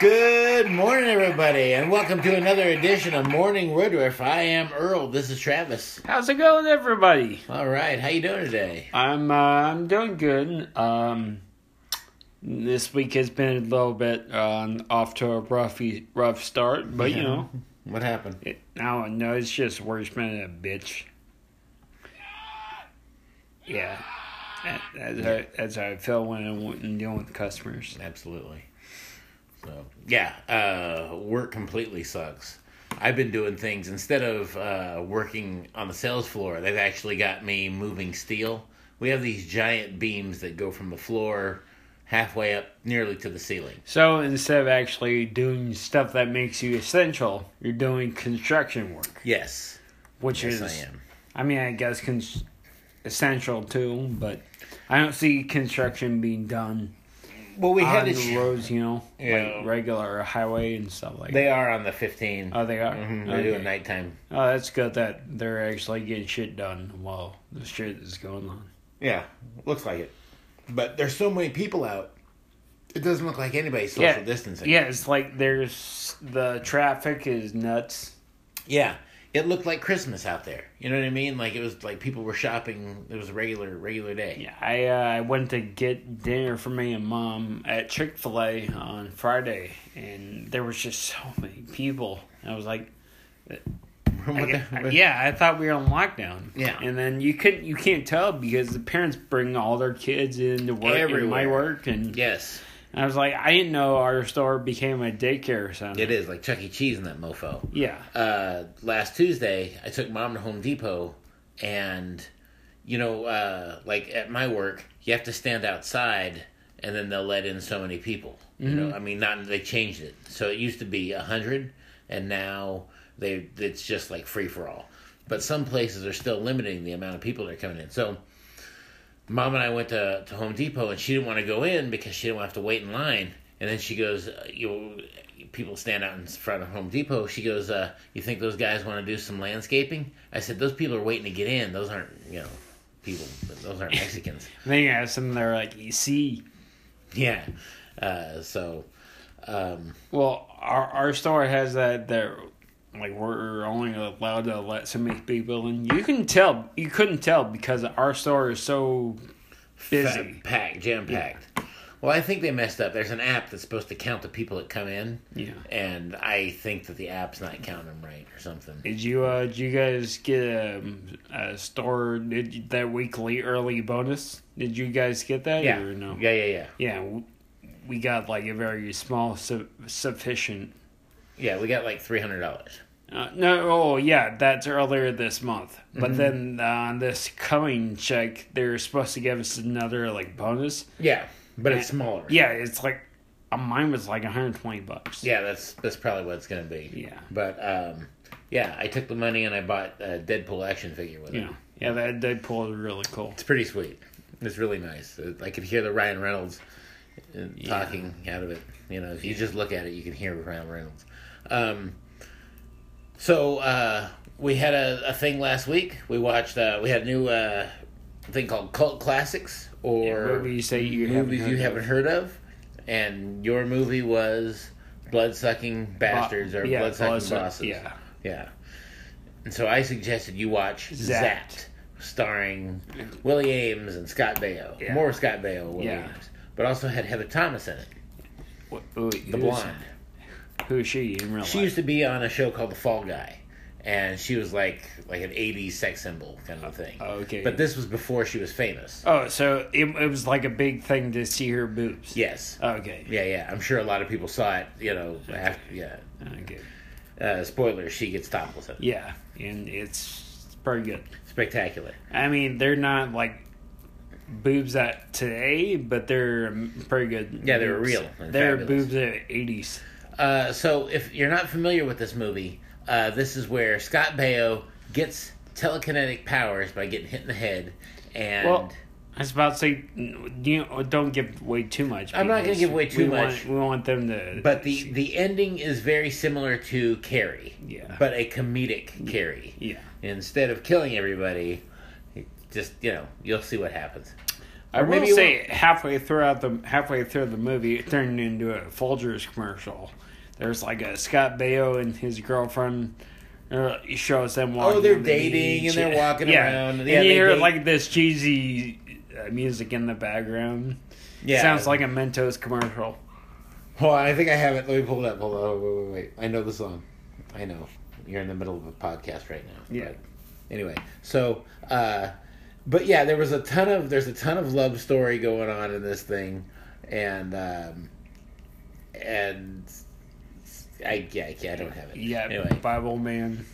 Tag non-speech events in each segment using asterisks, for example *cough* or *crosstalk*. Good morning, everybody, and welcome to another edition of Morning Woodruff. I am Earl. This is Travis. How's it going, everybody? All right, how you doing today? I'm uh, I'm doing good. Um, this week has been a little bit um, off to a roughy rough start, but you know, What happened? it, now I know it's just worse than a bitch. Yeah, that, that's, How, that's how I feel when I'm dealing with customers. Absolutely. So yeah, uh, work completely sucks. I've been doing things instead of uh, working on the sales floor. They've actually got me moving steel. We have these giant beams that go from the floor halfway up, nearly to the ceiling. So instead of actually doing stuff that makes you essential, you're doing construction work, Yes, which yes, is I am. I mean, I guess cons- essential too, but I don't see construction being done Well, we on had the a sh- roads, you know, Yeah. like regular highway and stuff like that. They are on the fifteen. Oh, they are. Mhm, They're Okay. doing nighttime. Oh, that's good that they're actually getting shit done while the shit is going on. Yeah, looks like it. But there's so many people out. It doesn't look like anybody's social Yeah. distancing. Yeah, it's like there's the traffic is nuts. Yeah. It looked like Christmas out there. You know what I mean? Like it was like people were shopping. It was a regular regular day. Yeah, I uh, I went to get dinner for me and mom at Chick Fil A on Friday, and there was just so many people. I was like, *laughs* What I- the- I- what- yeah, I thought we were on lockdown. Yeah. and then you couldn't, you can't tell because the parents bring all their kids into work and my Everywhere. work, and Yes. I was like, I didn't know our store became a daycare center. It is like Chuck E. Cheese in that mofo. Yeah, uh, last Tuesday, I took mom to Home Depot, and you know, uh, like at my work, you have to stand outside, and then they'll let in so many people. You know, I mean, not they changed it, so it used to be a hundred, and now they it's just like free for all. But some places are still limiting the amount of people that are coming in. So, mom and I went to, to Home Depot, and she didn't want to go in because she didn't want to have to wait in line. And then she goes, uh, you know, people stand out in front of Home Depot. She goes, uh, you think those guys want to do some landscaping? I said, those people are waiting to get in. Those aren't, you know, people. Those *laughs* aren't Mexicans. and then you asked them, they're like, you see, yeah. Uh, so, um, well, our our store has that that like we're only allowed to let so many people in. You can tell, you couldn't tell because our store is so busy. packed, jam packed. Well, I think they messed up. There's an app that's supposed to count the people that come in. Yeah. And I think that the app's not counting them right or something. Did you uh did you guys get a, a store did you, that weekly early bonus? Did you guys get that Yeah. or no? Yeah, yeah, yeah. Yeah, w- we got like a very small su- sufficient. Yeah, we got like $300. Uh, no, oh yeah, that's earlier this month. But Mm-hmm. then uh, on this coming check, they're supposed to give us another like bonus. Yeah, but it's smaller. Yeah, it's like uh, mine was like 120 bucks. Yeah, that's that's probably what it's gonna be. Yeah. But um, yeah, I took the money and I bought a Deadpool action figure with it. Yeah. Yeah, that Deadpool is really cool. It's pretty sweet. It's really nice. Uh, I could hear the Ryan Reynolds uh, talking out of it. You know, if you just look at it, you can hear Ryan Reynolds. Um, so uh, we had a, a thing last week. We watched. Uh, we had a new uh, thing called Cult Classics or movies that you haven't movies you heard of. haven't heard of, and your movie was Bloodsucking Bastards or yeah, Bloodsucking Bloodsuck- Bosses. Yeah. Yeah. And so I suggested you watch Zapped, Zapped. starring Willie Ames and Scott Baio. Yeah. More Scott Baio, Willie Yeah. Ames. But also had Heather Thomas in it, Wh- who- the who's- blonde. Who is she in real She life? used to be on a show called The Fall Guy. And she was like like an 80s sex symbol kind of thing. okay. But this was before she was famous. Oh, so it, it was like a big thing to see her boobs. Yes. Okay. Yeah, yeah. I'm sure a lot of people saw it, you know, after, yeah. Okay. Uh, spoiler, she gets toppled. Yeah, and it's pretty good. Spectacular. I mean, they're not like boobs that today, but they're um, pretty good. Yeah, they were boobs. real and They're fabulous. boobs of eighties. Uh, so if you're not familiar with this movie, uh, this is where Scott Baio gets telekinetic powers by getting hit in the head, and Well, I was about to say, n- you know, don't give away too much. I'm not gonna because give away too we want- much. we want them to. but the the ending is very similar to Carrie, Yeah. but a comedic Carrie. yeah. Instead of killing everybody, it just you know, you'll see what happens. I will maybe it say halfway throughout the halfway through the movie, it turned into a Folgers commercial. There's like a Scott Baio and his girlfriend. Uh, he shows them walking. Oh, they're on the dating and beach. they're walking yeah. around. And Yeah, you they hear date. like this cheesy uh, music in the background. Yeah. sounds like a Mentos commercial. Hold on, I think I have it. Let me pull it up. Hold on. Wait, wait, wait. I know the song. I know. You're in the middle of a podcast right now. Yeah. But anyway, so, uh, but yeah, there was a ton of there's a ton of love story going on in this thing, and um, and I yeah, I, can't- I don't have it. Yeah, Anyway. Bible man.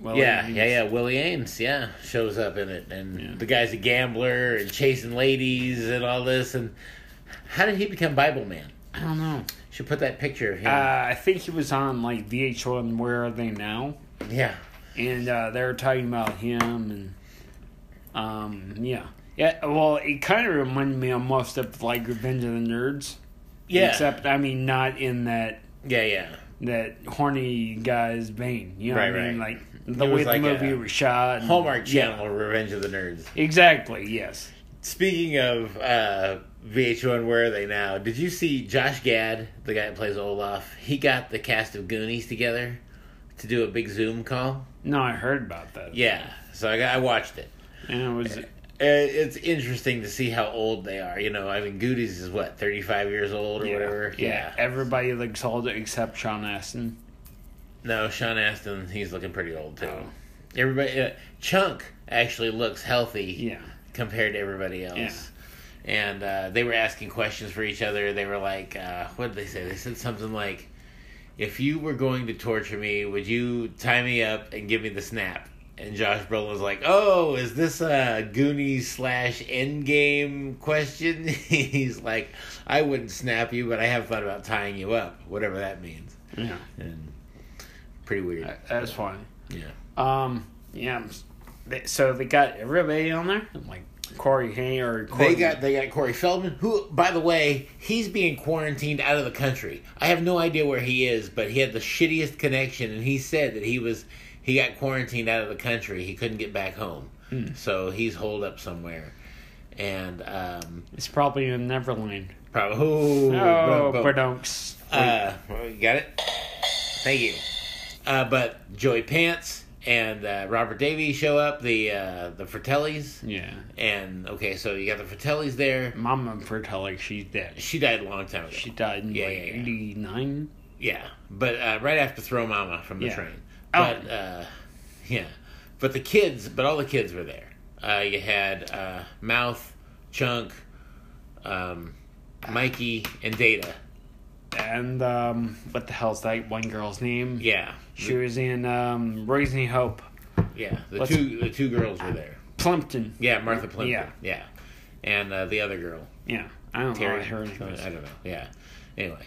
Well, Yeah, he- yeah, yeah. Willie Ames, yeah, shows up in it, and Yeah. the guy's a gambler and chasing ladies and all this. And how did he become Bible man? I don't know. Should put that picture of him. Uh, I think he was on like VH1. Where are they now? yeah. and uh, they were talking about him and um yeah yeah well it kind of reminded me almost of like revenge of the nerds Yeah. except i mean not in that yeah, yeah. that horny guy's vein you know what Right, i mean right. like the It way was the like movie a was shot and- Hallmark yeah, Channel, Revenge of the Nerds. exactly yes Speaking of uh, VH1, where are they now? Did you see Josh Gad, the guy that plays Olaf? He got the cast of Goonies together to do a big Zoom call. no i heard about that Yeah, so I, got, I watched it. and it was Uh, It's interesting to see how old they are. You know, I mean, Goonies is what thirty five years old or yeah, whatever. yeah, everybody looks old except sean astin No, Sean Astin, he's looking pretty old too. Oh. Everybody, uh, Chunk actually looks healthy. yeah compared to everybody else. And uh, they were asking questions for each other. They were like, uh, what did they say? They said something like, if you were going to torture me, would you tie me up and give me the snap? And Josh Brolin was like, oh, is this a Goonies slash Endgame question? *laughs* He's like, I wouldn't snap you, but I have thought about tying you up, whatever that means. yeah And pretty weird. that- that's funny yeah. Um, yeah. I'm s- they- So they got everybody on there, like Corey Hay or Corey. They got they got Corey Feldman, who, by the way, he's being quarantined out of the country. I have no idea where he is, but he had the shittiest connection, and he said that he was he got quarantined out of the country. He couldn't get back home, Hmm. so he's holed up somewhere. And um, It's probably in Neverland. probably Oh, Badunks. uh, well, you got it. Thank you. Uh, but Joey Pants and uh, Robert Davies show up the uh, the Fratellis, yeah. and okay, so you got the Fratellis there. Mama Fratelli, she's dead. She died a long time ago. She died in Yeah, like yeah, yeah. 89. Yeah, but uh, right after Throw Mama from the Yeah. train. Oh. But, uh, yeah, but the kids, but all the kids were there. Uh, you had uh, Mouth, Chunk, um, Mikey, and Data. And, um, what the hell's that one girl's name? Yeah, She was in, um, Raising Hope. yeah. The What's- two the two girls were there. Plimpton. Yeah, Martha Plimpton. Yeah, Yeah. and uh, the other girl, Yeah. I don't Terry. know what her name I is. don't know. Yeah. Anyway,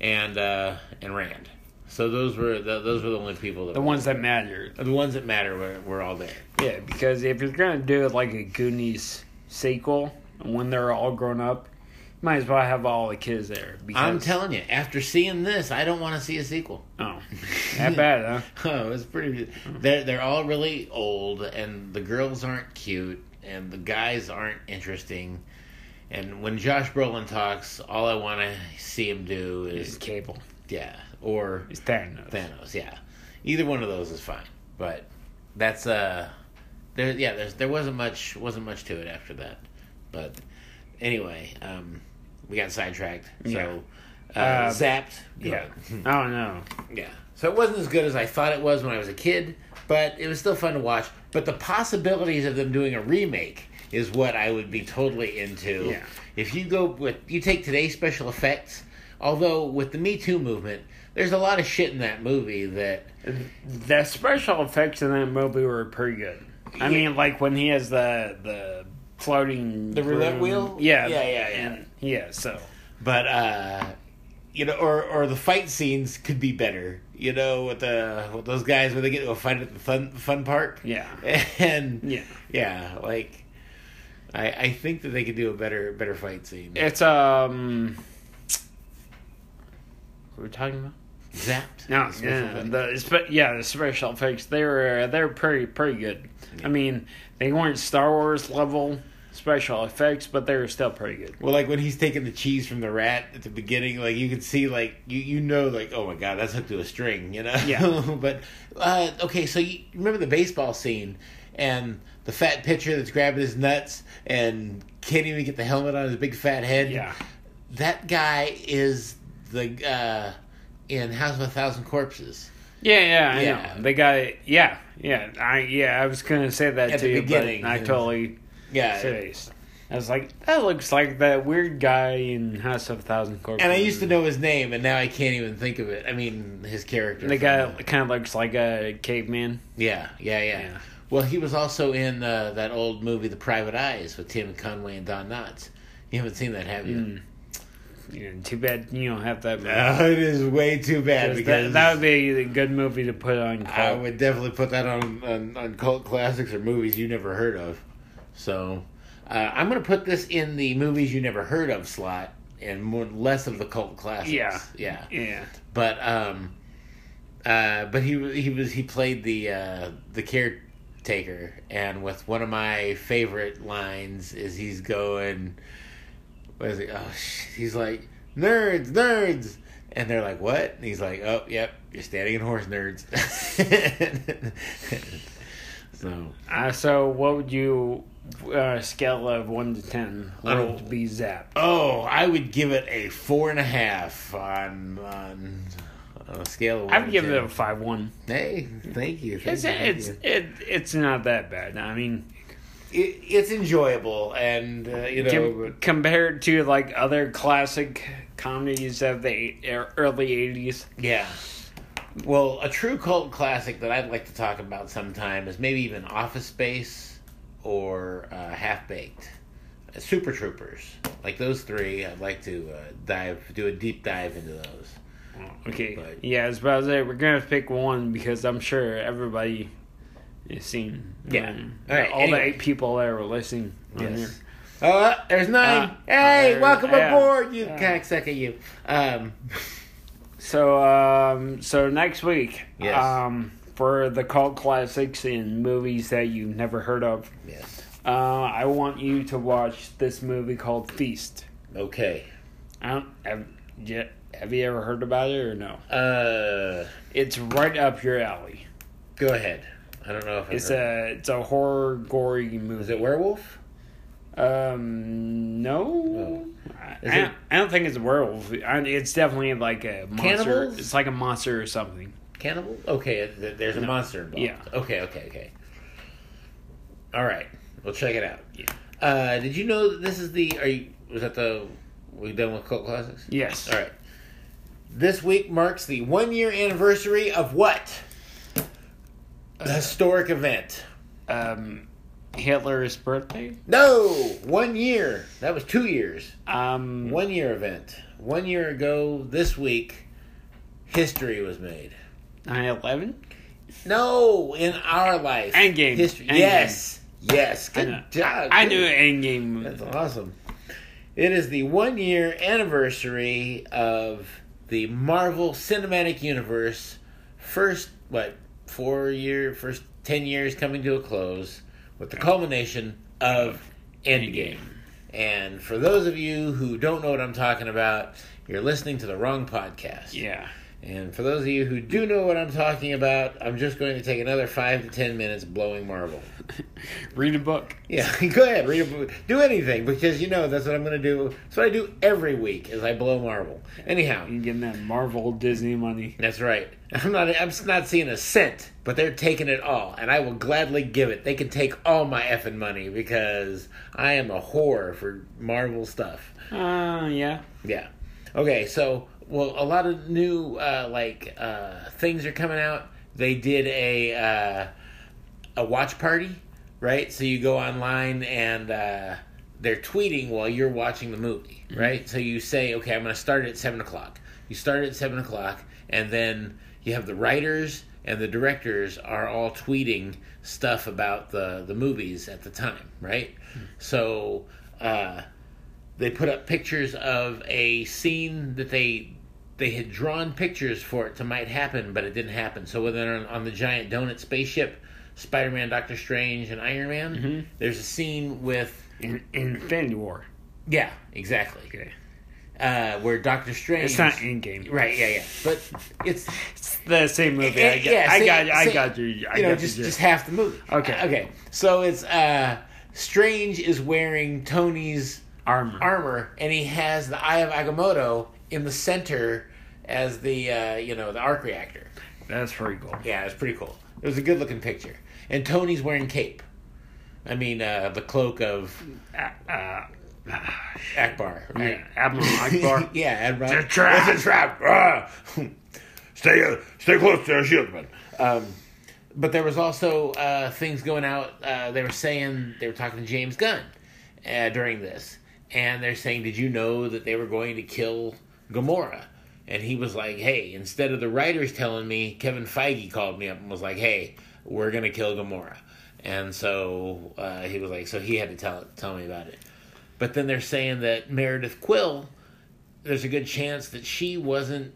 and uh, and Rand. So those were the, those were the only people that The were, ones that matter. the ones that matter were, were all there. Yeah, because if you're gonna do like a Goonies sequel when they're all grown up, you might as well have all the kids there. Because, I'm telling you, after seeing this, I don't want to see a sequel. Oh, that bad, huh? *laughs* Oh, it's pretty. They're they're all really old, and the girls aren't cute, and the guys aren't interesting. And when Josh Brolin talks, all I want to see him do It's is Cable. yeah, or It's Thanos. Thanos. Yeah, either one of those is fine. But that's uh, there. Yeah, there's there wasn't much wasn't much to it after that. But anyway, um, we got sidetracked. So uh, Uh, zapped. Yeah. oh no. Yeah. So it wasn't as good as I thought it was when I was a kid, but it was still fun to watch. But the possibilities of them doing a remake is what I would be totally into. Yeah. If you go with you take today's special effects, although with the Me Too movement, there's a lot of shit in that movie that The special effects in that movie were pretty good. I mean, like when he has the the floating The roulette room. wheel? Yeah, Yeah, yeah, yeah. and- yeah. So but uh you know or or the fight scenes could be better. You know, with the with those guys where they get to a fight at the fun fun park. yeah, *laughs* And yeah. Yeah, like I I think that they could do a better better fight scene. It's um. What were we talking about? Zapped. No, Special yeah, effects. the spe- yeah, the special uh, effects they were they're pretty pretty good. I mean, they weren't Star Wars level special effects, but they were still pretty good. Well, like when he's taking the cheese from the rat at the beginning, like you can see, like you you know, like oh my god, that's hooked to a string, you know. Yeah. *laughs* but uh, okay, so you remember the baseball scene and the fat pitcher that's grabbing his nuts and can't even get the helmet on his big fat head. Yeah. That guy is the uh, in House of a Thousand Corpses. Yeah, yeah, I Yeah. know. They got it. Yeah, yeah, I yeah. I was gonna say that At to the you, beginning. but I totally Yeah. serious. I was like, that looks like that weird guy in House of a Thousand Corpses. And I used to know his name, and now I can't even think of it. I mean, his character. the from- guy kind of looks like a caveman. Yeah, yeah, yeah. Yeah. Well, he was also in uh, that old movie, The Private Eyes, with Tim Conway and Don Knotts. You haven't seen that, have you? Mm. Yeah, too bad you don't *laughs* have that. Movie. Oh, *laughs* it is way too bad 'Cause because that, that would be a good movie to put on. I cult. would definitely put that on, on on cult classics or movies you never heard of. So uh, I'm going to put this in the movies you never heard of slot and more less of the cult classics. Yeah. yeah. yeah, but um uh but he wa- he was he played the uh the caretaker and with one of my favorite lines is he's going what is he oh shit. he's like nerds nerds and they're like what and he's like oh yep you're standing in horse nerds *laughs* so Uh, so, what would you uh, scale of one to ten? I What would don't- be zapped? oh i would give it a four and a half on on, on a scale of one I'd to give it 10. a five one. hey thank you thank It's you, thank it's you. it, it's not that bad. I mean, it, it's enjoyable and uh, you know com- compared to like other classic comedies of the eight, er, early eighties. yeah well a true cult classic that i'd like to talk about sometime is maybe even office space or uh, half baked Uh, super troopers like those three i'd like to uh, dive do a deep dive into those Okay, Oh, Right. yeah, as about to say, we're gonna pick one because I'm sure everybody has seen. Yeah. um, All right, all the anyway. eight people that were listening. On there. Yes. Oh, there's nine. Ah, hey, there- welcome yeah. Uh. aboard, you Yeah. cocksucker, you. Um, So um so next week Yes. um for the cult classics and movies that you've never heard of, yes. uh, I want you to watch this movie called Feast. Okay. I don't have, yet, have you ever heard about it or no? Uh, It's right up your alley. go ahead. I don't know if It's heard- a it's a horror gory movie. is it werewolf? Um no. Oh. I, Is I, it- don't- I don't think it's a werewolf. I, it's definitely like a monster. Cannibals? It's like a monster or something. Cannibal? Okay, th- there's a No. monster involved. Yeah. Okay, okay, okay. All right, we'll check it out. Yeah. Uh, did you know that this is the? Are you? Was that the? We done with cult classics? Yes. All right. This week marks the one year anniversary of what? A historic event. Um Hitler's birthday? No, one year. That was two years. Um One year event. One year ago this week, history was made. 9 11? No, in our life. Endgame. History. Endgame. Yes. Yes. I Good know. job. I dude. knew Endgame. That's awesome. It is the one year anniversary of the Marvel Cinematic Universe first what four year first ten years coming to a close with the culmination of Endgame. And for those of you who don't know what I'm talking about, you're listening to the wrong podcast. Yeah. And for those of you who do know what I'm talking about, I'm just going to take another five to ten minutes blowing Marvel. Read a book. Yeah, *laughs* go ahead, read a book, do anything because you know that's what I'm going to do. That's what I do every week is I blow Marvel. Anyhow, You getting that Marvel Disney money. that's right. *laughs* I'm not. I'm not seeing a cent, but they're taking it all, and I will gladly give it. They can take all my effing money because I am a whore for Marvel stuff. Uh, yeah. Yeah. Okay, so well, a lot of new uh, like uh, things are coming out. They did a uh, a watch party, right? So you go online and uh, they're tweeting while you're watching the movie, right? So you say, okay, I'm going to start at seven o'clock. You start at seven o'clock, and then you have the writers and the directors are all tweeting stuff about the the movies at the time, right? So. Uh, they put up pictures of a scene that they they had drawn pictures for it to might happen, but it didn't happen. So whether on, on the Mm-hmm. giant donut spaceship, Spider Man, Doctor Strange, and Iron Man, there's a scene with in, in Infinity War. Yeah, exactly. Okay. Uh, where Doctor Strange. It's not Endgame. Right, yeah, yeah. But it's It's the same movie. I Eh, got, yeah, I, same- got I same- got you. I you know, got just you. just half the movie. Okay. okay. So it's uh, Strange is wearing Tony's armor. armor, and he has the Eye of Agamotto in the center as the uh, you know the arc reactor. That's pretty cool. Yeah, it's pretty cool. It was a good looking picture, and Tony's wearing cape. I mean, uh, the cloak of Uh, uh, Akbar. Right? yeah, Admiral *laughs* Akbar. yeah, Admiral. It's a trap. *laughs* It's a trap. Ah. stay, uh, stay close to our shieldman. Um, but there was also uh, things going out. Uh, they were saying they were talking to James Gunn uh, during this, and they're saying, "Did you know that they were going to kill Gamora?" And he was like, "Hey, instead of the writers telling me, Kevin Feige called me up and was like, "Hey, we're gonna kill Gamora." And so uh, he was like, so he had to tell tell me about it. But then they're saying that Meredith Quill there's a good chance that she wasn't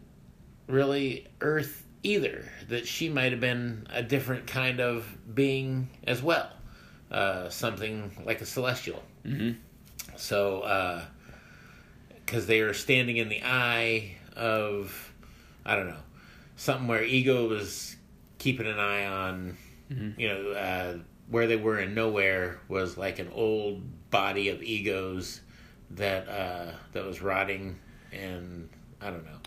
really Earth either. That she might have been a different kind of being as well, uh, something like a celestial. Mm-hmm. So, because they are standing in the eye of, I don't know, something where ego was keeping an eye on, you know, uh, where they were in nowhere was like an old body of egos that uh, that was rotting, and I don't know.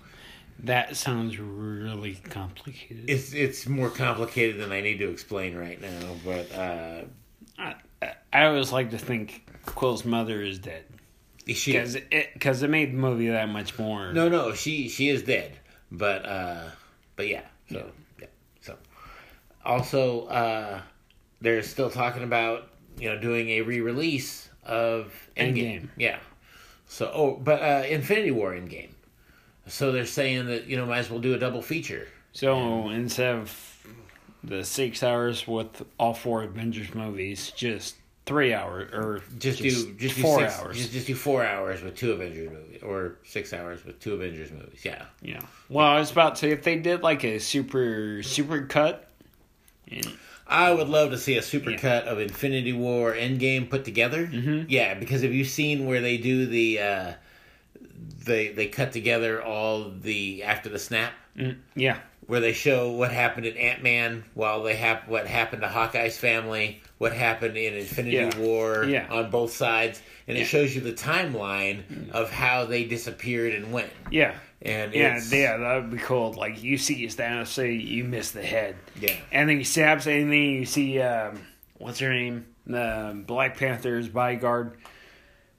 That sounds really complicated. It's it's more complicated than I need to explain right now, but uh, I, I always like to think Quill's mother is dead she because it because it made the movie that much more. no no she she is dead, but uh, but yeah so yeah, so also uh, they're still talking about you know doing a re release of Endgame. Endgame. yeah so oh but uh, Infinity War Endgame, so they're saying that you know might as well do a double feature So instead of the six hours with all four Avengers movies, just three hours or just, do just four do six, hours. Just, just do four hours with two Avengers movies, or six hours with two Avengers movies. Yeah, yeah. Well, I was about to say if they did like a super super cut, and I would love to see a supercut of Infinity War Endgame put together. Mm-hmm. Yeah, because have you seen where they do the uh, they they cut together all the after the snap yeah, where they show what happened in Ant Man, while they hap- what happened to Hawkeye's family, what happened in Infinity Yeah. War Yeah. on both sides, and Yeah. Mm. it shows you the timeline of how they disappeared and when. yeah. And Yeah, it's, yeah, that would be cool. Like you see Thanos, say you miss the head. Yeah. and then he stabs, and then you see um, what's her name, the Black Panther's bodyguard.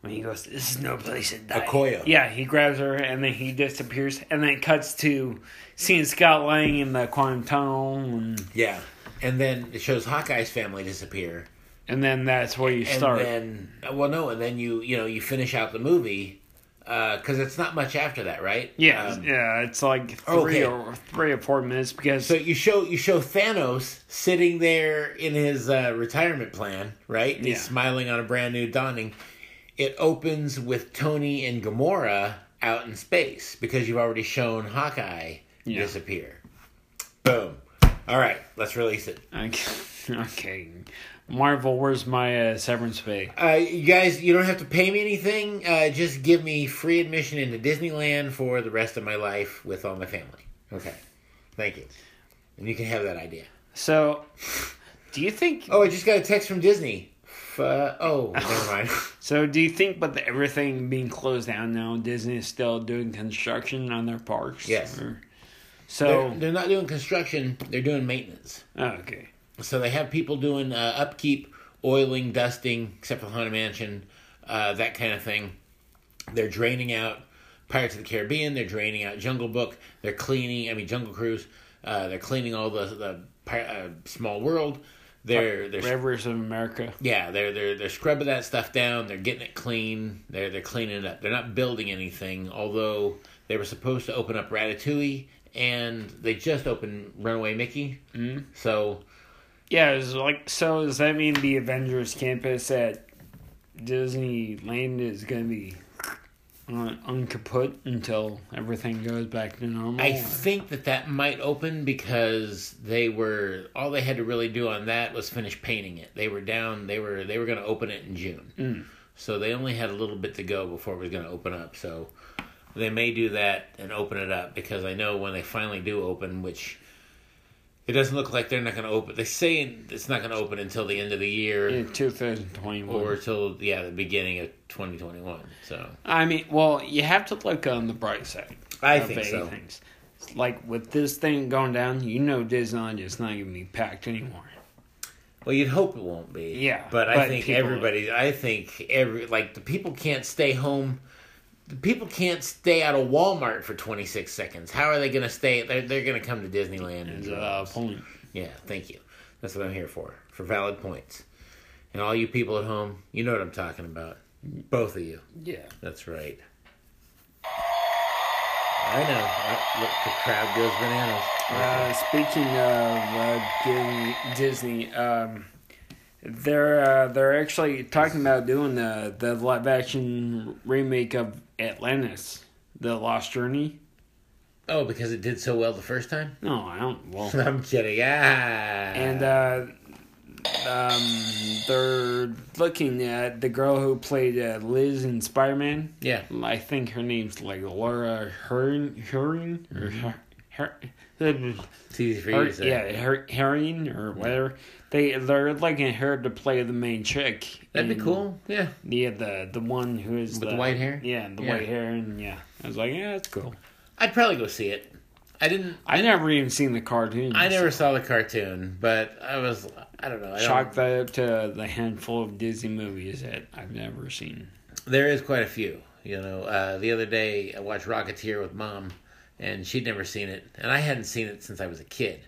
When he goes, this is no place to die. Okoye. Yeah, he grabs her, and then he disappears, and then it cuts to seeing Scott Lang in the quantum tunnel, and, Yeah. And then it shows Hawkeye's family disappear. and then that's where you And start. then well no, and then you you know, you finish out the movie uh 'cause cuz it's not much after that, right? yeah, Um, yeah, it's like okay. three or three or four minutes because so you show you show Thanos sitting there in his uh, retirement plan, right? And Yeah. He's smiling on a brand new dawning. It opens with Tony and Gamora out in space because you've already shown Hawkeye Yeah. disappear. Boom. All right, let's release it. okay, *laughs* okay, Marvel, where's my uh, severance pay? Uh, you guys, you don't have to pay me anything. Uh, just give me free admission into Disneyland for the rest of my life with all my family. Okay. Thank you. And you can have that idea. So, do you think? Oh, I just got a text from Disney. F- uh, oh, never mind. So, do you think? But everything being closed down now, Disney is still doing construction on their parks. Yes. or- They're, so oh, they're not doing construction, they're doing maintenance. okay, So they have people doing uh, upkeep, oiling, dusting, except for the Haunted Mansion, uh, that kind of thing. They're draining out Pirates of the Caribbean. They're draining out Jungle Book. They're cleaning. I mean Jungle Cruise. Uh, they're cleaning all the the Pir- uh, Small World. They're they're Rivers of America. yeah, they're they're they're scrubbing that stuff down. They're getting it clean. They're they're cleaning it up. They're not building anything. Although they were supposed to open up Ratatouille, and they just opened Runaway Mickey. Mm. So Yeah, it was like so. Does that mean the Avengers campus at Disneyland is going to be on, on kaput until everything goes back to normal? I think that that might open because they were all they had to really do on that was finish painting it. They were down. They were they were going to open it in June. So they only had a little bit to go before it was going to open up. So they may do that and open it up because I know when they finally do open, which it doesn't look like they're not going to open. They say it's not going to open until the end of the year in 2021. or till yeah the beginning of 2021. So I mean, well, you have to look on the bright side. I of think any so. Things. Like with this thing going down, you know Disneyland is not going to be packed anymore. Well, you'd hope it won't be. Yeah, but I but think people- everybody. I think every like the people can't stay home. The people can't stay out of Walmart for 26 seconds. How are they going to stay? They're, they're going to come to Disneyland. And, Is a point. yeah, thank you. That's what I'm here for. For valid points. And all you people at home, you know what I'm talking about. Both of you. Yeah. That's right. I know. Uh, Look, the crowd goes bananas. Uh, speaking of uh, Disney, Disney um, they're uh, they're actually talking about doing the the live action remake of Atlantis, the Lost Journey. Oh, because it did so well the first time? *laughs* No, I don't. Well, I'm kidding. Ah. and uh, um, they're looking at the girl who played uh, Liz in Spider Man. yeah. I think her name's like Laura Herring, Herring or Mm-hmm. Her, Her, It's easy for you Her, to say. yeah, her, herring or whatever. They they're liking her to play the main chick. That'd be and- cool. Yeah. Yeah, the the one who is With the white hair? Yeah, the Yeah. white hair and yeah. I was like, yeah, that's cool. I'd probably go see it. I didn't. I never even seen the cartoon. I so never saw the cartoon, but I was. I don't know. I don't- chalk that up to the handful of Disney movies that I've never seen. There is quite a few. You know, uh, the other day I watched Rocketeer with mom, and she'd never seen it, and I hadn't seen it since I was a kid.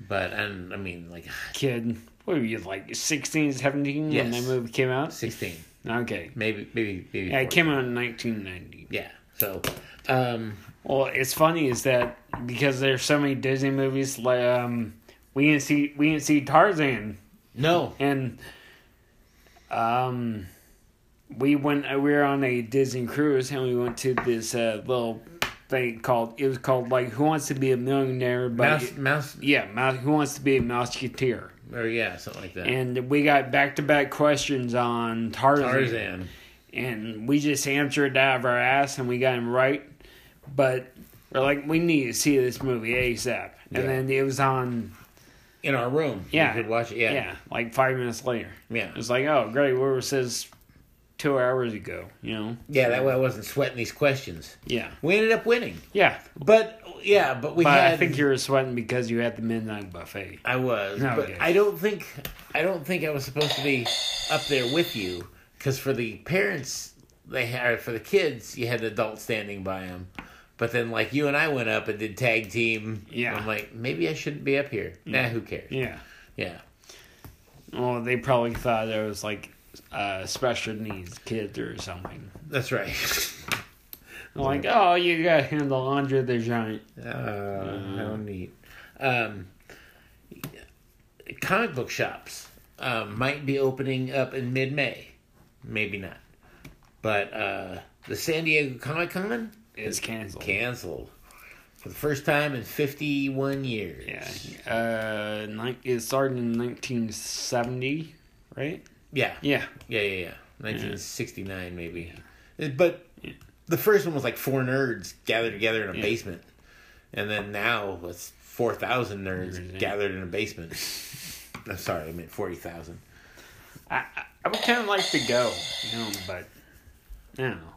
But and I mean, like *sighs* Kid, what were you like 16, 17 when Yes. that movie came out? sixteen, Okay. maybe, maybe, maybe. Yeah, it 14. came out in 1990. Yeah. So, um, Well, it's funny is that because there's so many Disney movies, like um, we didn't see we didn't see Tarzan, no, and um, we went uh, we were on a Disney cruise and we went to this uh, little thing called it was called like Who Wants to Be a Millionaire, but mouse, mouse, yeah, Mouse, Who Wants to Be a Mouseketeer, or yeah, something like that. and we got back to back questions on Tarzan. and we just answered out of our ass and we got him right. But we're like, we need to see this movie ASAP. Yeah. And then it was on, in our room. Yeah. you could watch it. yeah, Yeah, like five minutes later. yeah, It was like, oh, great, where was this two hours ago? You know? yeah. That way I wasn't sweating these questions. Yeah. We ended up winning. Yeah. But yeah, but we But had. I think you were sweating because you had the midnight buffet. I was, No, but yeah. I don't think I don't think I was supposed to be up there with you because for the parents they had or for the kids you had an adult standing by them, but then like you and I went up and did tag team. Yeah. I'm like maybe I shouldn't be up here. Nah, who cares? Yeah, Yeah. Well, they probably thought it was like uh, special needs kids or something. that's right. *laughs* Like, oh, you got to handle Andre the Giant. uh, How neat. Um, comic book shops um, might be opening up in mid May, maybe not, but uh, the San Diego Comic Con It's canceled. canceled for the first time in 51 years. Yeah. Uh, nine, it started in 1970, right? Yeah. Yeah. Yeah, yeah, yeah. 1969 maybe. Uh, But the first one was like four nerds gathered together in a Yeah. basement. And then now it's 4,000 nerds Nerds, yeah. gathered in a basement. *laughs* I'm sorry, I meant 40,000. I, I, I would kind of like to go, you know, but I don't know.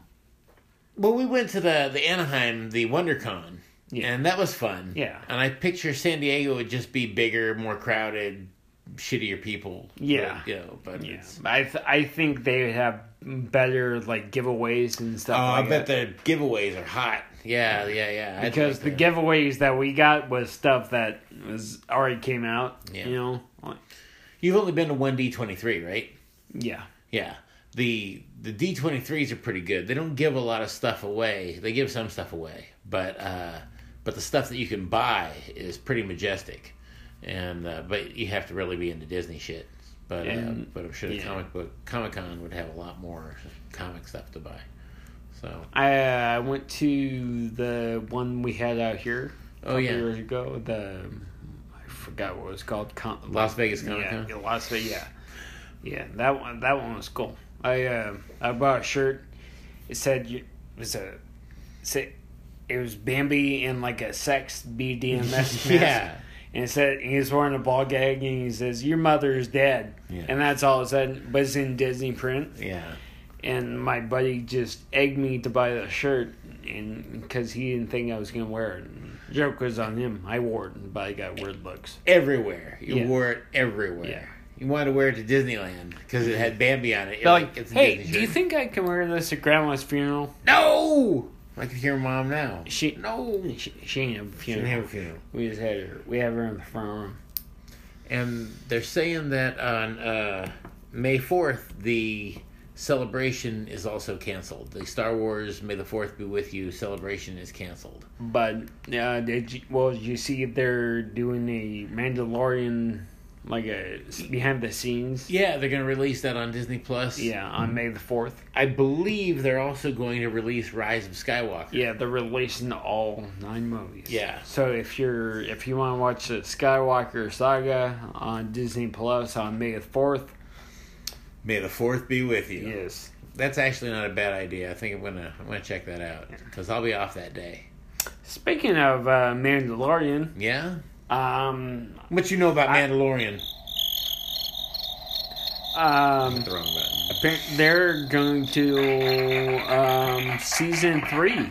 Well, we went to the the Anaheim, the WonderCon, Yeah. and that was fun. Yeah. And I picture San Diego would just be bigger, more crowded, shittier people. Yeah. But, you know, but Yeah. it's- I, th- I think they would have better, like, giveaways and stuff Oh, I like bet that. the giveaways are hot. Yeah, yeah, yeah. I'd Because the like giveaways that we got was stuff that was already came out, Yeah. you know? Like, that. you've only been to one D twenty three, right? yeah. Yeah. The the D twenty threes are pretty good. They don't give a lot of stuff away. They give some stuff away, but uh, but the stuff that you can buy is pretty majestic, and uh, but you have to really be into Disney shit. But uh, And- but I'm sure the yeah. comic book Comic Con would have a lot more comic stuff to buy. So oh, I uh, went to the one we had out here a Oh, couple yeah. years ago. The I forgot what it was called. Com- Las Vegas Comic *laughs* yeah, Con. yeah, Las Vegas. Yeah, yeah. That one. That one was cool. I uh, I bought a shirt. It said you- it was a, sa- it was Bambi in like a sex *laughs* BDMS mask. Yeah. And it said he was wearing a ball gag and he says your mother is dead. Yeah. And that's all it said. But it's in Disney print. Yeah. And my buddy just egged me to buy the shirt, and because he didn't think I was gonna wear it. Joke was on him. I wore it, but I got weird looks. Everywhere. You Yeah. wore it everywhere. Yeah. You wanted to wear it to Disneyland because it had Bambi on it. You're They're like, "It's a hey, Disney do you shirt." think I can wear this at grandma's funeral? No! I can hear mom now. She- No! She She, she ain't have a didn't funeral. have a funeral. we just had her. We have her in the front room. And they're saying that on uh, May 4th, the celebration is also canceled. The Star Wars May the 4th be with you celebration is canceled. But uh, did you, well? Did you see they're doing a Mandalorian like a s- behind the scenes? Yeah, they're going to release that on Disney Plus. Yeah, Mm-hmm. on May the fourth. I believe they're also going to release Rise of Skywalker. Yeah, they're releasing all nine movies. Yeah. So if you're if you want to watch the Skywalker saga on Disney Plus on May the fourth, May the 4th be with you. yes. That's actually not a bad idea. I think I'm going to I'm going to check that out cuz I'll be off that day. Speaking of uh, Mandalorian, Yeah? um, What you know about Mandalorian? um, the wrong button. appar- they're going to um season three.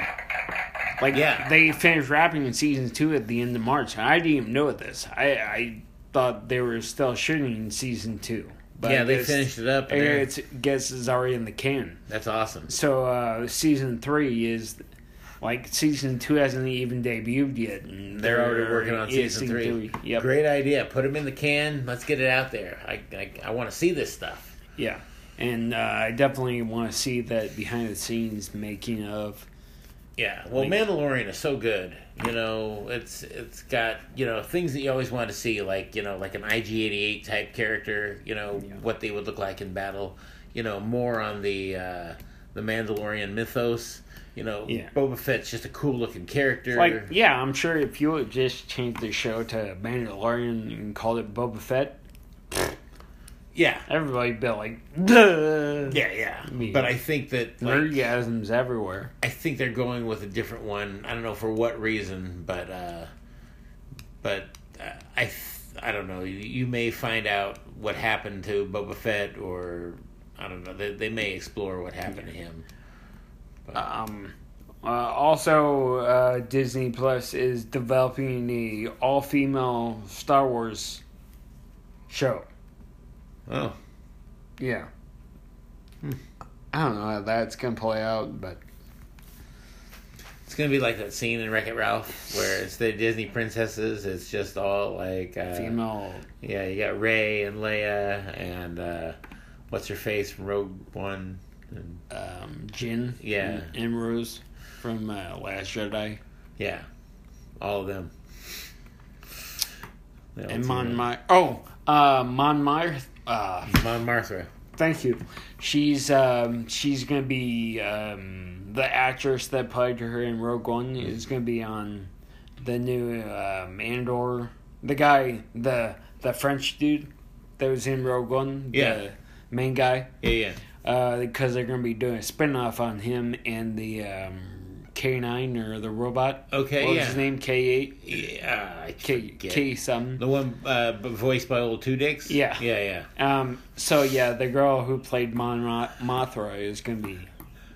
Like Yeah. they finished wrapping in season two at the end of March. I didn't even know this. I I thought they were still shooting season two. But yeah, I they guess- finished it up. I and they're- guess, guess it's already in the can. That's awesome. So uh, season three is like season two hasn't even debuted yet. And They're already working on season three. Yep. Great idea. Put them in the can. Let's get it out there. I I, I want to see this stuff. Yeah, and uh, I definitely want to see that behind the scenes making of. Yeah. Well, Mandalorian is so good. You know, it's it's got you know things that you always want to see, like you know, like an IG88 type character. You know Yeah. what they would look like in battle. You know more on the uh, the Mandalorian mythos. You know, Yeah. Boba Fett's just a cool looking character. Like, yeah, I'm sure if you would just change the show to Mandalorian and called it Boba Fett, yeah, everybody'd be like, Duh. yeah, yeah. Me. But I think that like, Nerdgasms everywhere. I think they're going with a different one. I don't know for what reason, but uh, but uh, I th- I don't know. You, you may find out what happened to Boba Fett, or I don't know. They they may explore what happened to him. Um, uh, also, uh, Disney Plus is developing the all-female Star Wars show. Oh, Yeah. Hmm. I don't know how that's gonna play out, but it's gonna be like that scene in Wreck It Ralph where it's the Disney princesses. It's just all like uh, female. Yeah, you got Ray and Leia and uh, what's her face from Rogue One. And, Um, Jin. Yeah. And, and Rose from uh, Last Jedi. yeah, all of them. They all And team Mon up. Mar. Oh, uh, Mon Mar. Uh, Mon Martha. thank you. She's um, she's gonna be um, the actress that played her in Rogue One is gonna be on the new um, Andor. The guy, the the French dude that was in Rogue One. Yeah. The main guy. Yeah, yeah. because they're going to be doing a spin-off on him and the um, K9 or the robot. Okay, what was yeah. his name? K8? yeah I K, forget. K something. The one uh, b- voiced by old Two Dicks? Yeah. Yeah, yeah. Um, so, yeah, the girl who played Mon Ra- Mothra is going to be...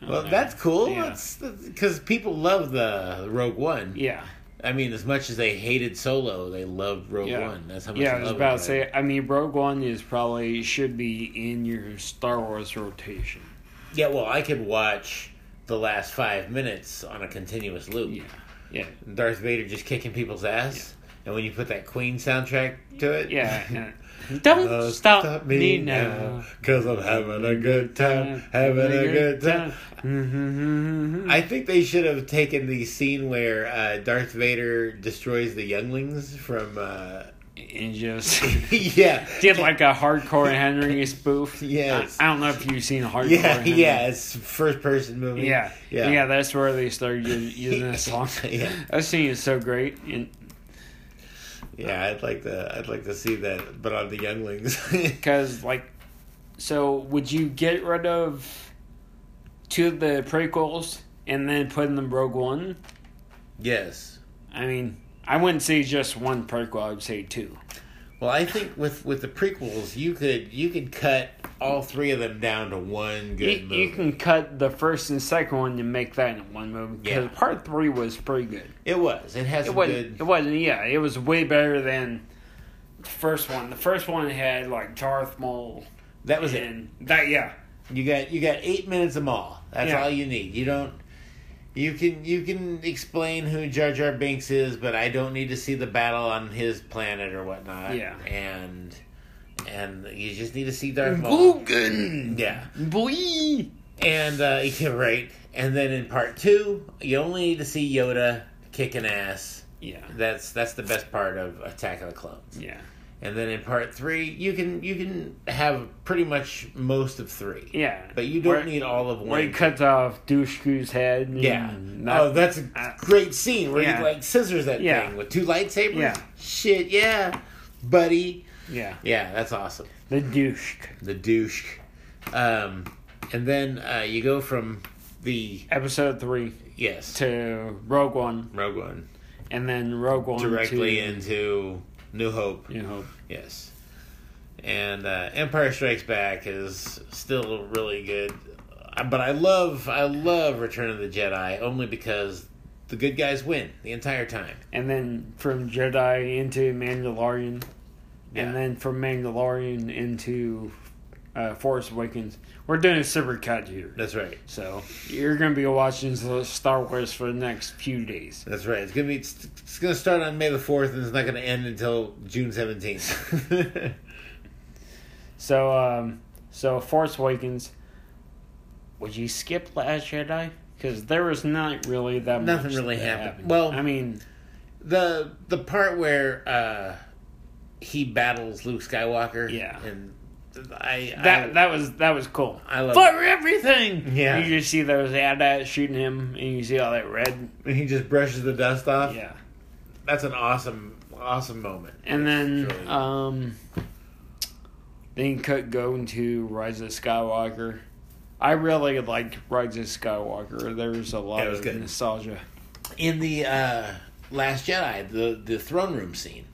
on Well, there. that's cool. Oh, Yeah. That's Because people love the Rogue One. Yeah. I mean, as much as they hated Solo, they loved Rogue Yeah. One. That's how much Yeah, I they was love about it. to say, I mean, Rogue One is probably, should be in your Star Wars rotation. Yeah, well, I could watch the last five minutes on a continuous loop. Yeah. Yeah. Darth Vader just kicking people's ass. And when you put that Queen soundtrack to it. *laughs* Yeah. Don't Uh, stop, me, now. Cause I'm having a good time, having a good time. time. Mm-hmm. I think they should have taken the scene where uh, Darth Vader destroys the younglings from. Uh, *laughs* *laughs* and just yeah, did like a hardcore Henry *laughs* spoof. Yes. I, I don't know if you've seen *laughs* hardcore. yeah, Henry. yeah. It's first person movie. yeah, yeah, yeah, That's where they started u- using that song. *laughs* *laughs* Yeah. That scene is so great. And Yeah, I'd like to. I'd like to see that, but on the younglings. because like So would you get rid of two of the prequels and then put in the Rogue One? *laughs* Yes. I mean, I wouldn't say just one prequel. I would say two. Well, I think with with the prequels, you could you could cut all three of them down to one You, good movie. you can cut the first and second one and make that in one movie because Yeah. part three was pretty good. It was. It has It some wasn't. good. It wasn't. Yeah, it was way better than the first one. The first one had like Darth Maul that was it. and that. Yeah, You got you got eight minutes of Maul. That's Yeah. all you need. You don't. You can you can explain who Jar Jar Binks is, but I don't need to see the battle on his planet or whatnot. Yeah. and and you just need to see Darth Maul. Logan. Yeah, Boy. and uh, *laughs* yeah, right. And then in part two, you only need to see Yoda kicking ass. Yeah. That's that's the best part of Attack of the Clones. Yeah. And then in part three, you can you can have pretty much most of three. Yeah. But you don't Where- need all of Where he one. cuts off Dooshku's head. and yeah. that- oh, that's a Mm, uh, great scene where yeah. he like scissors that Yeah. thing with two lightsabers. Yeah. Shit, yeah, buddy. yeah. Yeah, that's awesome. The douche. The douche. Um, and then uh, you go from the Episode three yes to Rogue One, Rogue One and then Rogue One directly to into New Hope. New Hope. Yes. And uh, Empire Strikes Back is still really good, Uh, but I love I love Return of the Jedi only because the good guys win the entire time. and then from Jedi into Mandalorian, Yeah. and then from Mandalorian into uh, Force Awakens. We're doing a super cut here, That's right. so you're gonna be watching Star Wars for the next few days. That's right. It's gonna be it's, it's gonna start on May the fourth and it's not gonna end until June *laughs* seventeenth. *laughs* So, um, so Force Awakens. Would you skip Last Jedi? Because there was not really that Nothing much really that happened. Well- I mean, the the part where uh, he battles Luke Skywalker. Yeah. and I that I, that was that was cool. I love for everything. Yeah. you just see those AT-ATs shooting him, and you see all that red. and he just brushes the dust off. Yeah. That's an awesome awesome moment. And It's then, really- um, then cut going to Rise of Skywalker. I really liked Rise of Skywalker. There was a lot Yeah, it was of good. nostalgia. in the uh, Last Jedi, the the throne room scene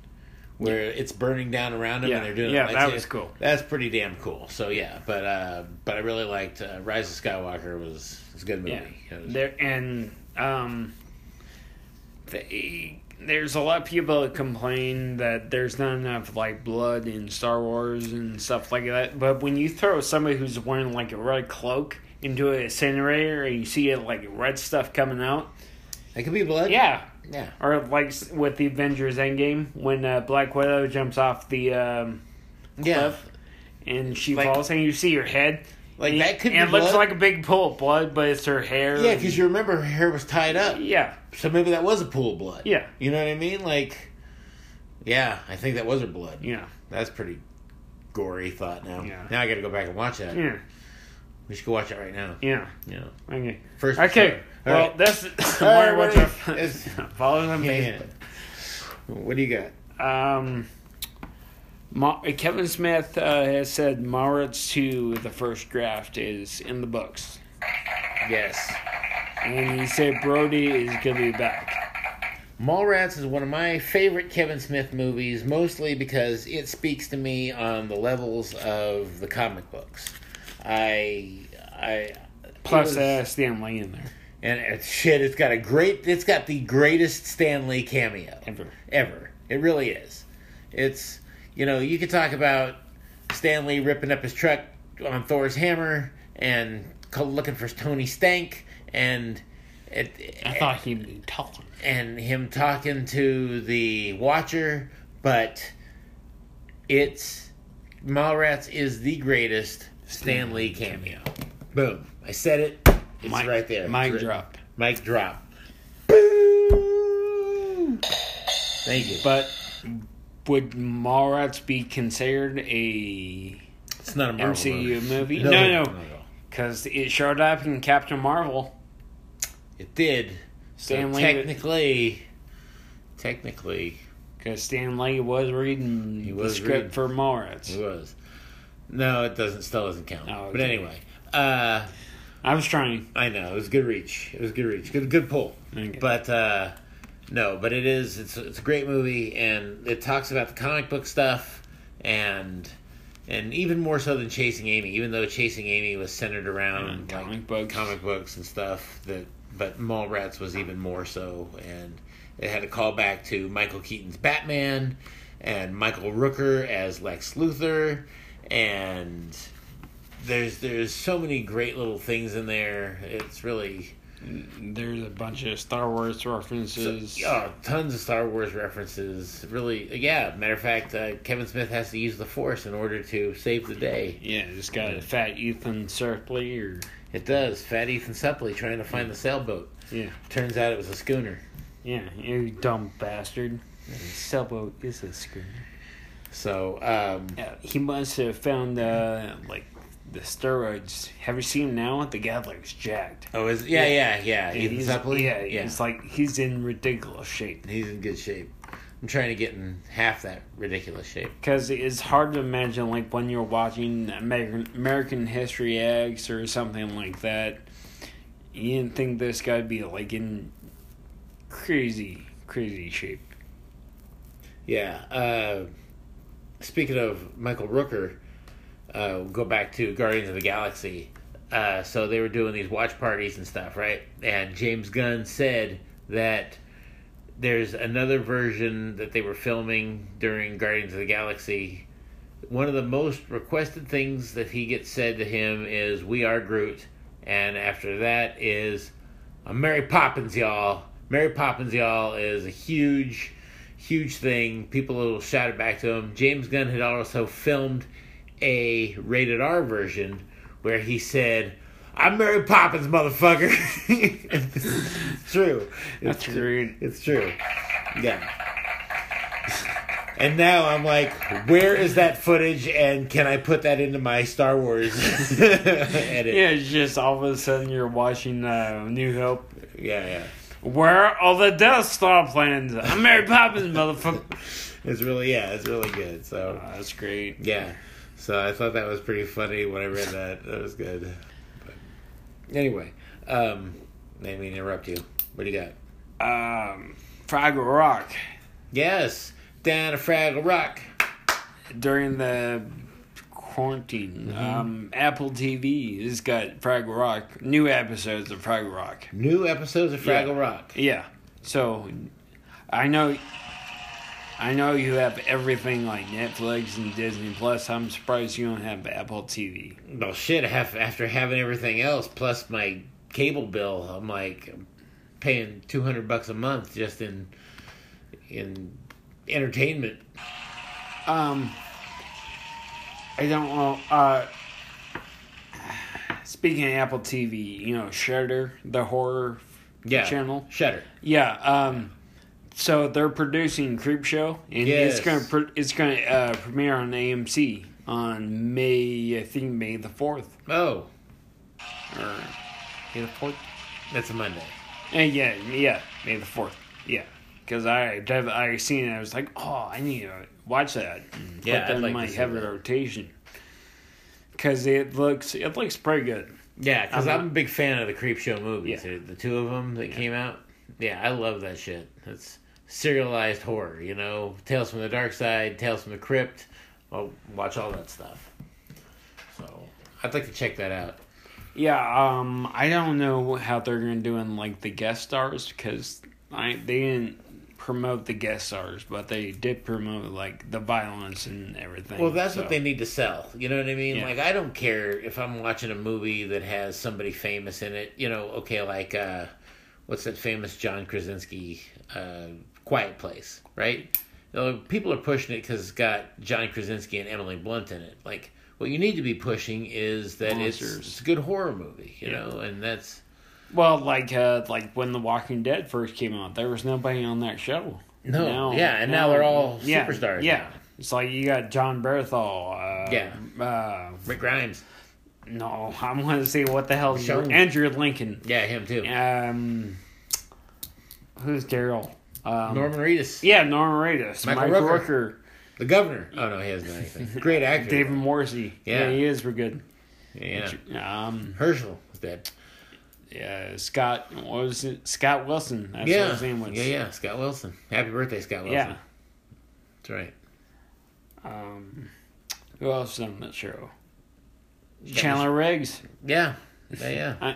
where it's burning down around him Yeah, and they're doing yeah, it. that was cool. That's pretty damn cool. So yeah, but uh, but I really liked uh, Rise of Skywalker was was a good Yeah, movie. It was- there and um, they, there's a lot of people that complain that there's not enough like blood in Star Wars and stuff like that. But when you throw somebody who's wearing like a red cloak into an incinerator and you see it like red stuff coming out, It could be blood. yeah, yeah, Or like s- with the Avengers Endgame, when uh, Black Widow jumps off the um, yeah. cliff and she Like- falls, and you see her head. Like and, that could and be it looks blood. like a big pool of blood, but it's her hair. yeah, and- because you remember her hair was tied up, yeah, so maybe that was a pool of blood. Yeah. you know what I mean. Like, yeah, I think that was her blood. yeah, That's pretty gory thought. Now, Yeah. now I got to go back and watch that. yeah, We should go watch it right now. yeah. Yeah. Okay, First. okay. All well, right. right, that's *laughs* more what ready? the It's- *laughs* follows on Yeah, Facebook. yeah. What do you got? Um, Ma- Kevin Smith uh, has said Mauritz to the first draft is in the books. Yes. and he said Brody is gonna be back. Mallrats is one of my favorite Kevin Smith movies, mostly because it speaks to me on the levels of the comic books. I, I. it Plus, was- uh, Stanley in there and it's, shit, it's got a great. It's got the greatest Stanley cameo ever. ever. It really is. It's you know you could talk about Stanley ripping up his truck on Thor's hammer and co- looking for Tony Stank and it, I thought he'd be taller. and him talking to the Watcher, but it's Mallrats is the greatest Stanley cameo. Boom! I said it. It's Mic- right there. Mic It's written. drop. Mic drop. Boom! Thank you. But would Mallrats be considered a It's not a Marvel MCU movie. movie? No, No, not no, at all. because it showed up in Captain Marvel. It did. So Stanley, technically, technically, because Stanley was reading was the script reading. for it Mallrats. was. No, it doesn't. Still doesn't count. Oh, But okay. anyway, uh, I was trying. I know it was good reach. It was good reach. Good good pull. Okay. But uh, no, but it is. It's it's a great movie, and it talks about the comic book stuff, and and even more so than Chasing Amy. Even though Chasing Amy was centered around Yeah, like, comic books. comic books and stuff. That but Mallrats was even more so, and it had a callback to Michael Keaton's Batman, and Michael Rooker as Lex Luthor, and. There's there's so many great little things in there. It's really There's a bunch of Star Wars references. Oh, tons of Star Wars references. Really, yeah. Matter of fact, uh, Kevin Smith has to use the Force in order to save the day. Yeah, it's got a fat Ethan Suplee or It does. Fat Ethan Suplee trying to find the sailboat. yeah, Turns out it was a schooner. yeah, you dumb bastard. Sailboat is a screw. So, um, Yeah, he must have found uh like the steroids. Have you seen him now? The guy looks jacked. oh, is yeah, yeah, yeah. And Ethan he's- Suplee. Yeah, It's like he's in ridiculous shape. He's in good shape. I'm trying to get in half that ridiculous shape. Because it's hard to imagine, like, when you're watching American, American History X or something like that, you didn't think this guy'd be, like, in crazy, crazy shape. Yeah. Uh, speaking of Michael Rooker, uh, we'll go back to Guardians of the Galaxy. Uh, so they were doing these watch parties and stuff, right? And James Gunn said that there's another version that they were filming during Guardians of the Galaxy. One of the most requested things that he gets said to him is "We are Groot," and after that is "I'm Mary Poppins, y'all." Mary Poppins, y'all is a huge, huge thing. People will shout it back to him. James Gunn had also filmed a rated R version where he said, "I'm Mary Poppins, motherfucker." *laughs* it's true. That's It's true. great. It's true. Yeah. And now I'm like, where is that footage? And can I put that into my Star Wars *laughs* edit? Yeah, it's just all of a sudden you're watching uh, New Hope. yeah, yeah. Where are all the Death Star plans? I'm Mary Poppins, motherfucker. It's really, yeah, it's really good. Oh, So, *laughs* that's great. yeah. So I thought that was pretty funny when I read that. That was good. But anyway, um, let me interrupt you. What do you got? Um, Fraggle Rock. Yes, down a Fraggle Rock. during the quarantine, um, Apple TV has got Fraggle Rock, new episodes of Fraggle Rock. New episodes of Fraggle Yeah. Rock. Yeah. So I know I know you have everything like Netflix and Disney Plus. I'm surprised you don't have Apple TV. Well, shit. Have, after having everything else plus my cable bill, I'm like paying two hundred bucks a month just in in entertainment. Um I don't know uh speaking of Apple TV, you know, Shudder, the horror Yeah, channel. Shutter. Yeah. Um, so they're producing Creep Show, and Yes. it's gonna pr- it's gonna uh, premiere on AMC on May I think May the fourth Oh, or May the fourth. that's a Monday. And yeah, yeah, May the fourth. Yeah, because I dev- I seen it. I was like, oh, I need to watch that. And Yeah, put I'd that like in my to see heavy that. rotation. Because it looks it looks pretty good. Yeah, because I'm- I'm, a big fan of the Creep Show movies. Yeah. The two of them that came out. Yeah, I love that shit. That's serialized horror. You know, Tales from the Dark Side, Tales from the Crypt. I'll watch all that stuff. So I'd like to check that out. Yeah, um, I don't know how they're gonna do in like the guest stars because I they didn't promote the guest stars, but they did promote like the violence and everything. Well, that's so- what they need to sell. You know what I mean? Yeah. Like, I don't care if I'm watching a movie that has somebody famous in it. You know, okay, like, uh, what's that famous John Krasinski uh, Quiet Place, right? You know, people are pushing it because it's got John Krasinski and Emily Blunt in it. Like, what you need to be pushing is that it's, Monsters. it's a good horror movie, you Yeah. know? And that's. Well, like uh, like when The Walking Dead first came out, there was nobody on that show. No, yeah, and now they're all superstars Yeah, now. it's like you got John Berthal. Uh, Yeah. Uh, Rick Grimes. no, I'm gonna say what the hell? Sure. Andrew Lincoln. Yeah, him too. Um, who's Um, Daryl? Um, Norman Reedus. Yeah, Norman Reedus, Michael Michael, Rooker. Rooker. The governor. Oh no, he hasn't done anything. Great actor. David Morrissey. Yeah. he is. We're good. Yeah. Um, Herschel was dead. yeah, Scott. What was it? Scott Wilson. That's what Yeah. his name was. Yeah, yeah. Scott Wilson. Happy birthday, Scott Wilson. Yeah. That's right. Um, who else is on that show? Chandler Riggs. Yeah. Yeah, yeah.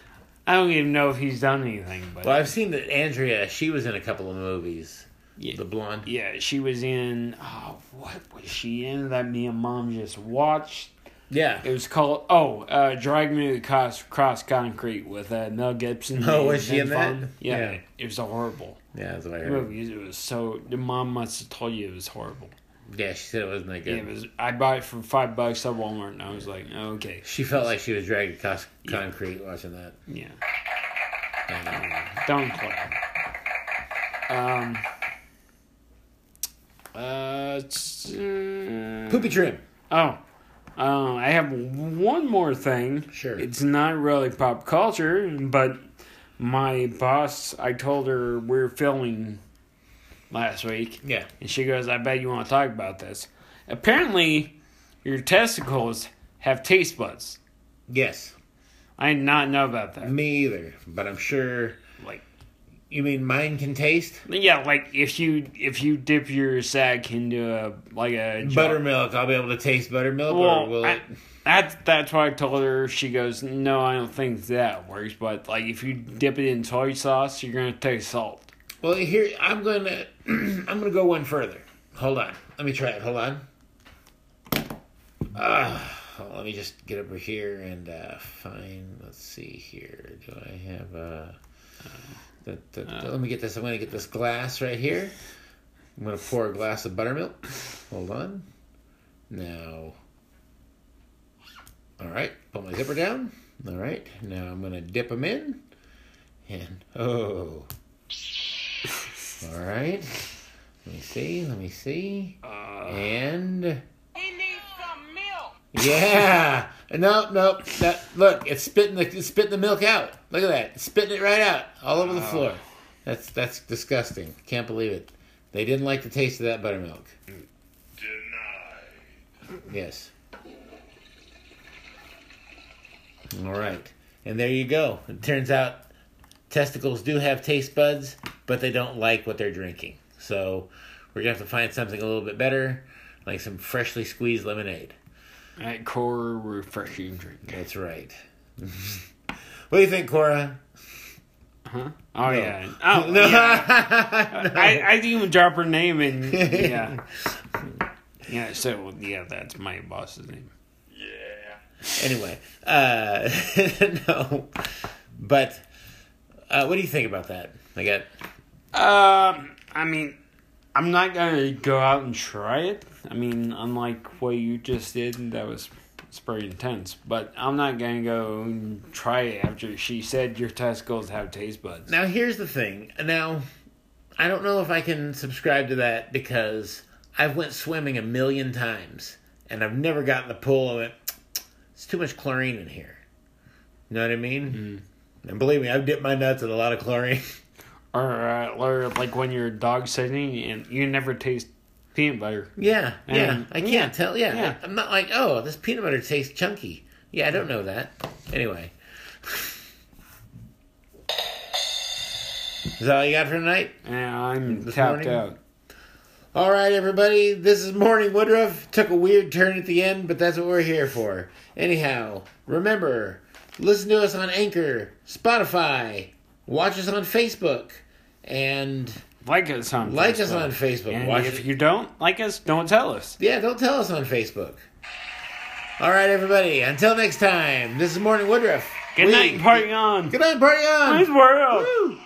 *laughs* I don't even know if he's done anything, but Well, I've seen that Andrea, she was in a couple of movies. yeah, The blonde. yeah, she was in. Oh, what was she in that me and mom just watched? Yeah. It was called oh, uh, Drag Me Across, Across Concrete with uh, Mel Gibson. Oh, and was she Vin in that? Fon. Yeah, Yeah. it was a horrible Yeah, that's what I heard. movie. It was so. The mom must have told you it was horrible. Yeah, she said it wasn't that Yeah, good. it was. I bought it for five bucks at Walmart, and I was like, okay, She felt like she was dragged across concrete watching that. uh, yeah, Yeah. don't clap. Um. Uh, it's, uh, Poopy trim. Oh, uh, I have one more thing. Sure. It's not really pop culture, but my boss, I told her we are filming last week, Yeah. and she goes, I bet you want to talk about this. Apparently, your testicles have taste buds. Yes. I did not know about that. Me either. But I'm sure. Like, You mean mine can taste? yeah, like if you if you dip your sack into a like a jar- Buttermilk. I'll be able to taste buttermilk, or Well, will I, it? that's that's why I told her. She goes, "No, I don't think that works." But like, if you dip it in soy sauce, you're gonna taste salt. Well, here I'm gonna *clears throat* I'm gonna go one further. Hold on, let me try it. Hold on. Uh, let me just get over here and uh, find. Let's see here. Do I have uh, the, the, Let me get this. I'm gonna get this glass right here. I'm gonna pour a glass of buttermilk. Hold on. Now. All right. Put my zipper down. All right. Now I'm gonna dip them in. And oh. All right. Let me see. Let me see. Uh, And He needs some milk. yeah. No, no. That look. It's spitting the it's spitting the milk out. Look at that. It's spitting it right out all over the floor. That's that's disgusting. Can't believe it. They didn't like the taste of that buttermilk. Denied. Yes. All right. And there you go. It turns out testicles do have taste buds, but they don't like what they're drinking. So we're gonna have to find something a little bit better, like some freshly squeezed lemonade. at core refreshing drink. That's right. *laughs* what do you think, Cora? Huh? Oh yeah. Oh No. *laughs* yeah. I I didn't even drop her name in. Yeah. yeah. So yeah, that's my boss's name. anyway, uh, *laughs* no. But uh, what do you think about that? I got Um, I mean, I'm not gonna go out and try it. I mean, unlike what you just did, that was it's pretty intense. But I'm not gonna go and try it after she said your testicles have taste buds. now. Here's the thing. Now, I don't know if I can subscribe to that because I've went swimming a million times and I've never gotten the pull of it. It's too much chlorine in here. You know what I mean? Mm-hmm. And believe me, I've dipped my nuts in a lot of chlorine. *laughs* Or, uh, or like when you're dog sitting and you never taste peanut butter. Yeah, yeah. And- I can't yeah, tell. Yeah. yeah. I'm not like, oh, this peanut butter tastes chunky. Yeah, I don't know that. Anyway. Is that all you got for tonight? And I'm This tapped morning? out. All right, everybody. This is Morning Woodruff. Took a weird turn at the end, but that's what we're here for. Anyhow, remember, listen to us on Anchor, Spotify, watch us on Facebook, and Like us on like us Facebook. on Facebook. And watch if you don't like us, don't tell us. Yeah, don't tell us on Facebook. All right, everybody. Until next time, this is Morning Woodruff. Good We- night, and party on. Good night, party on. Nice world. Woo!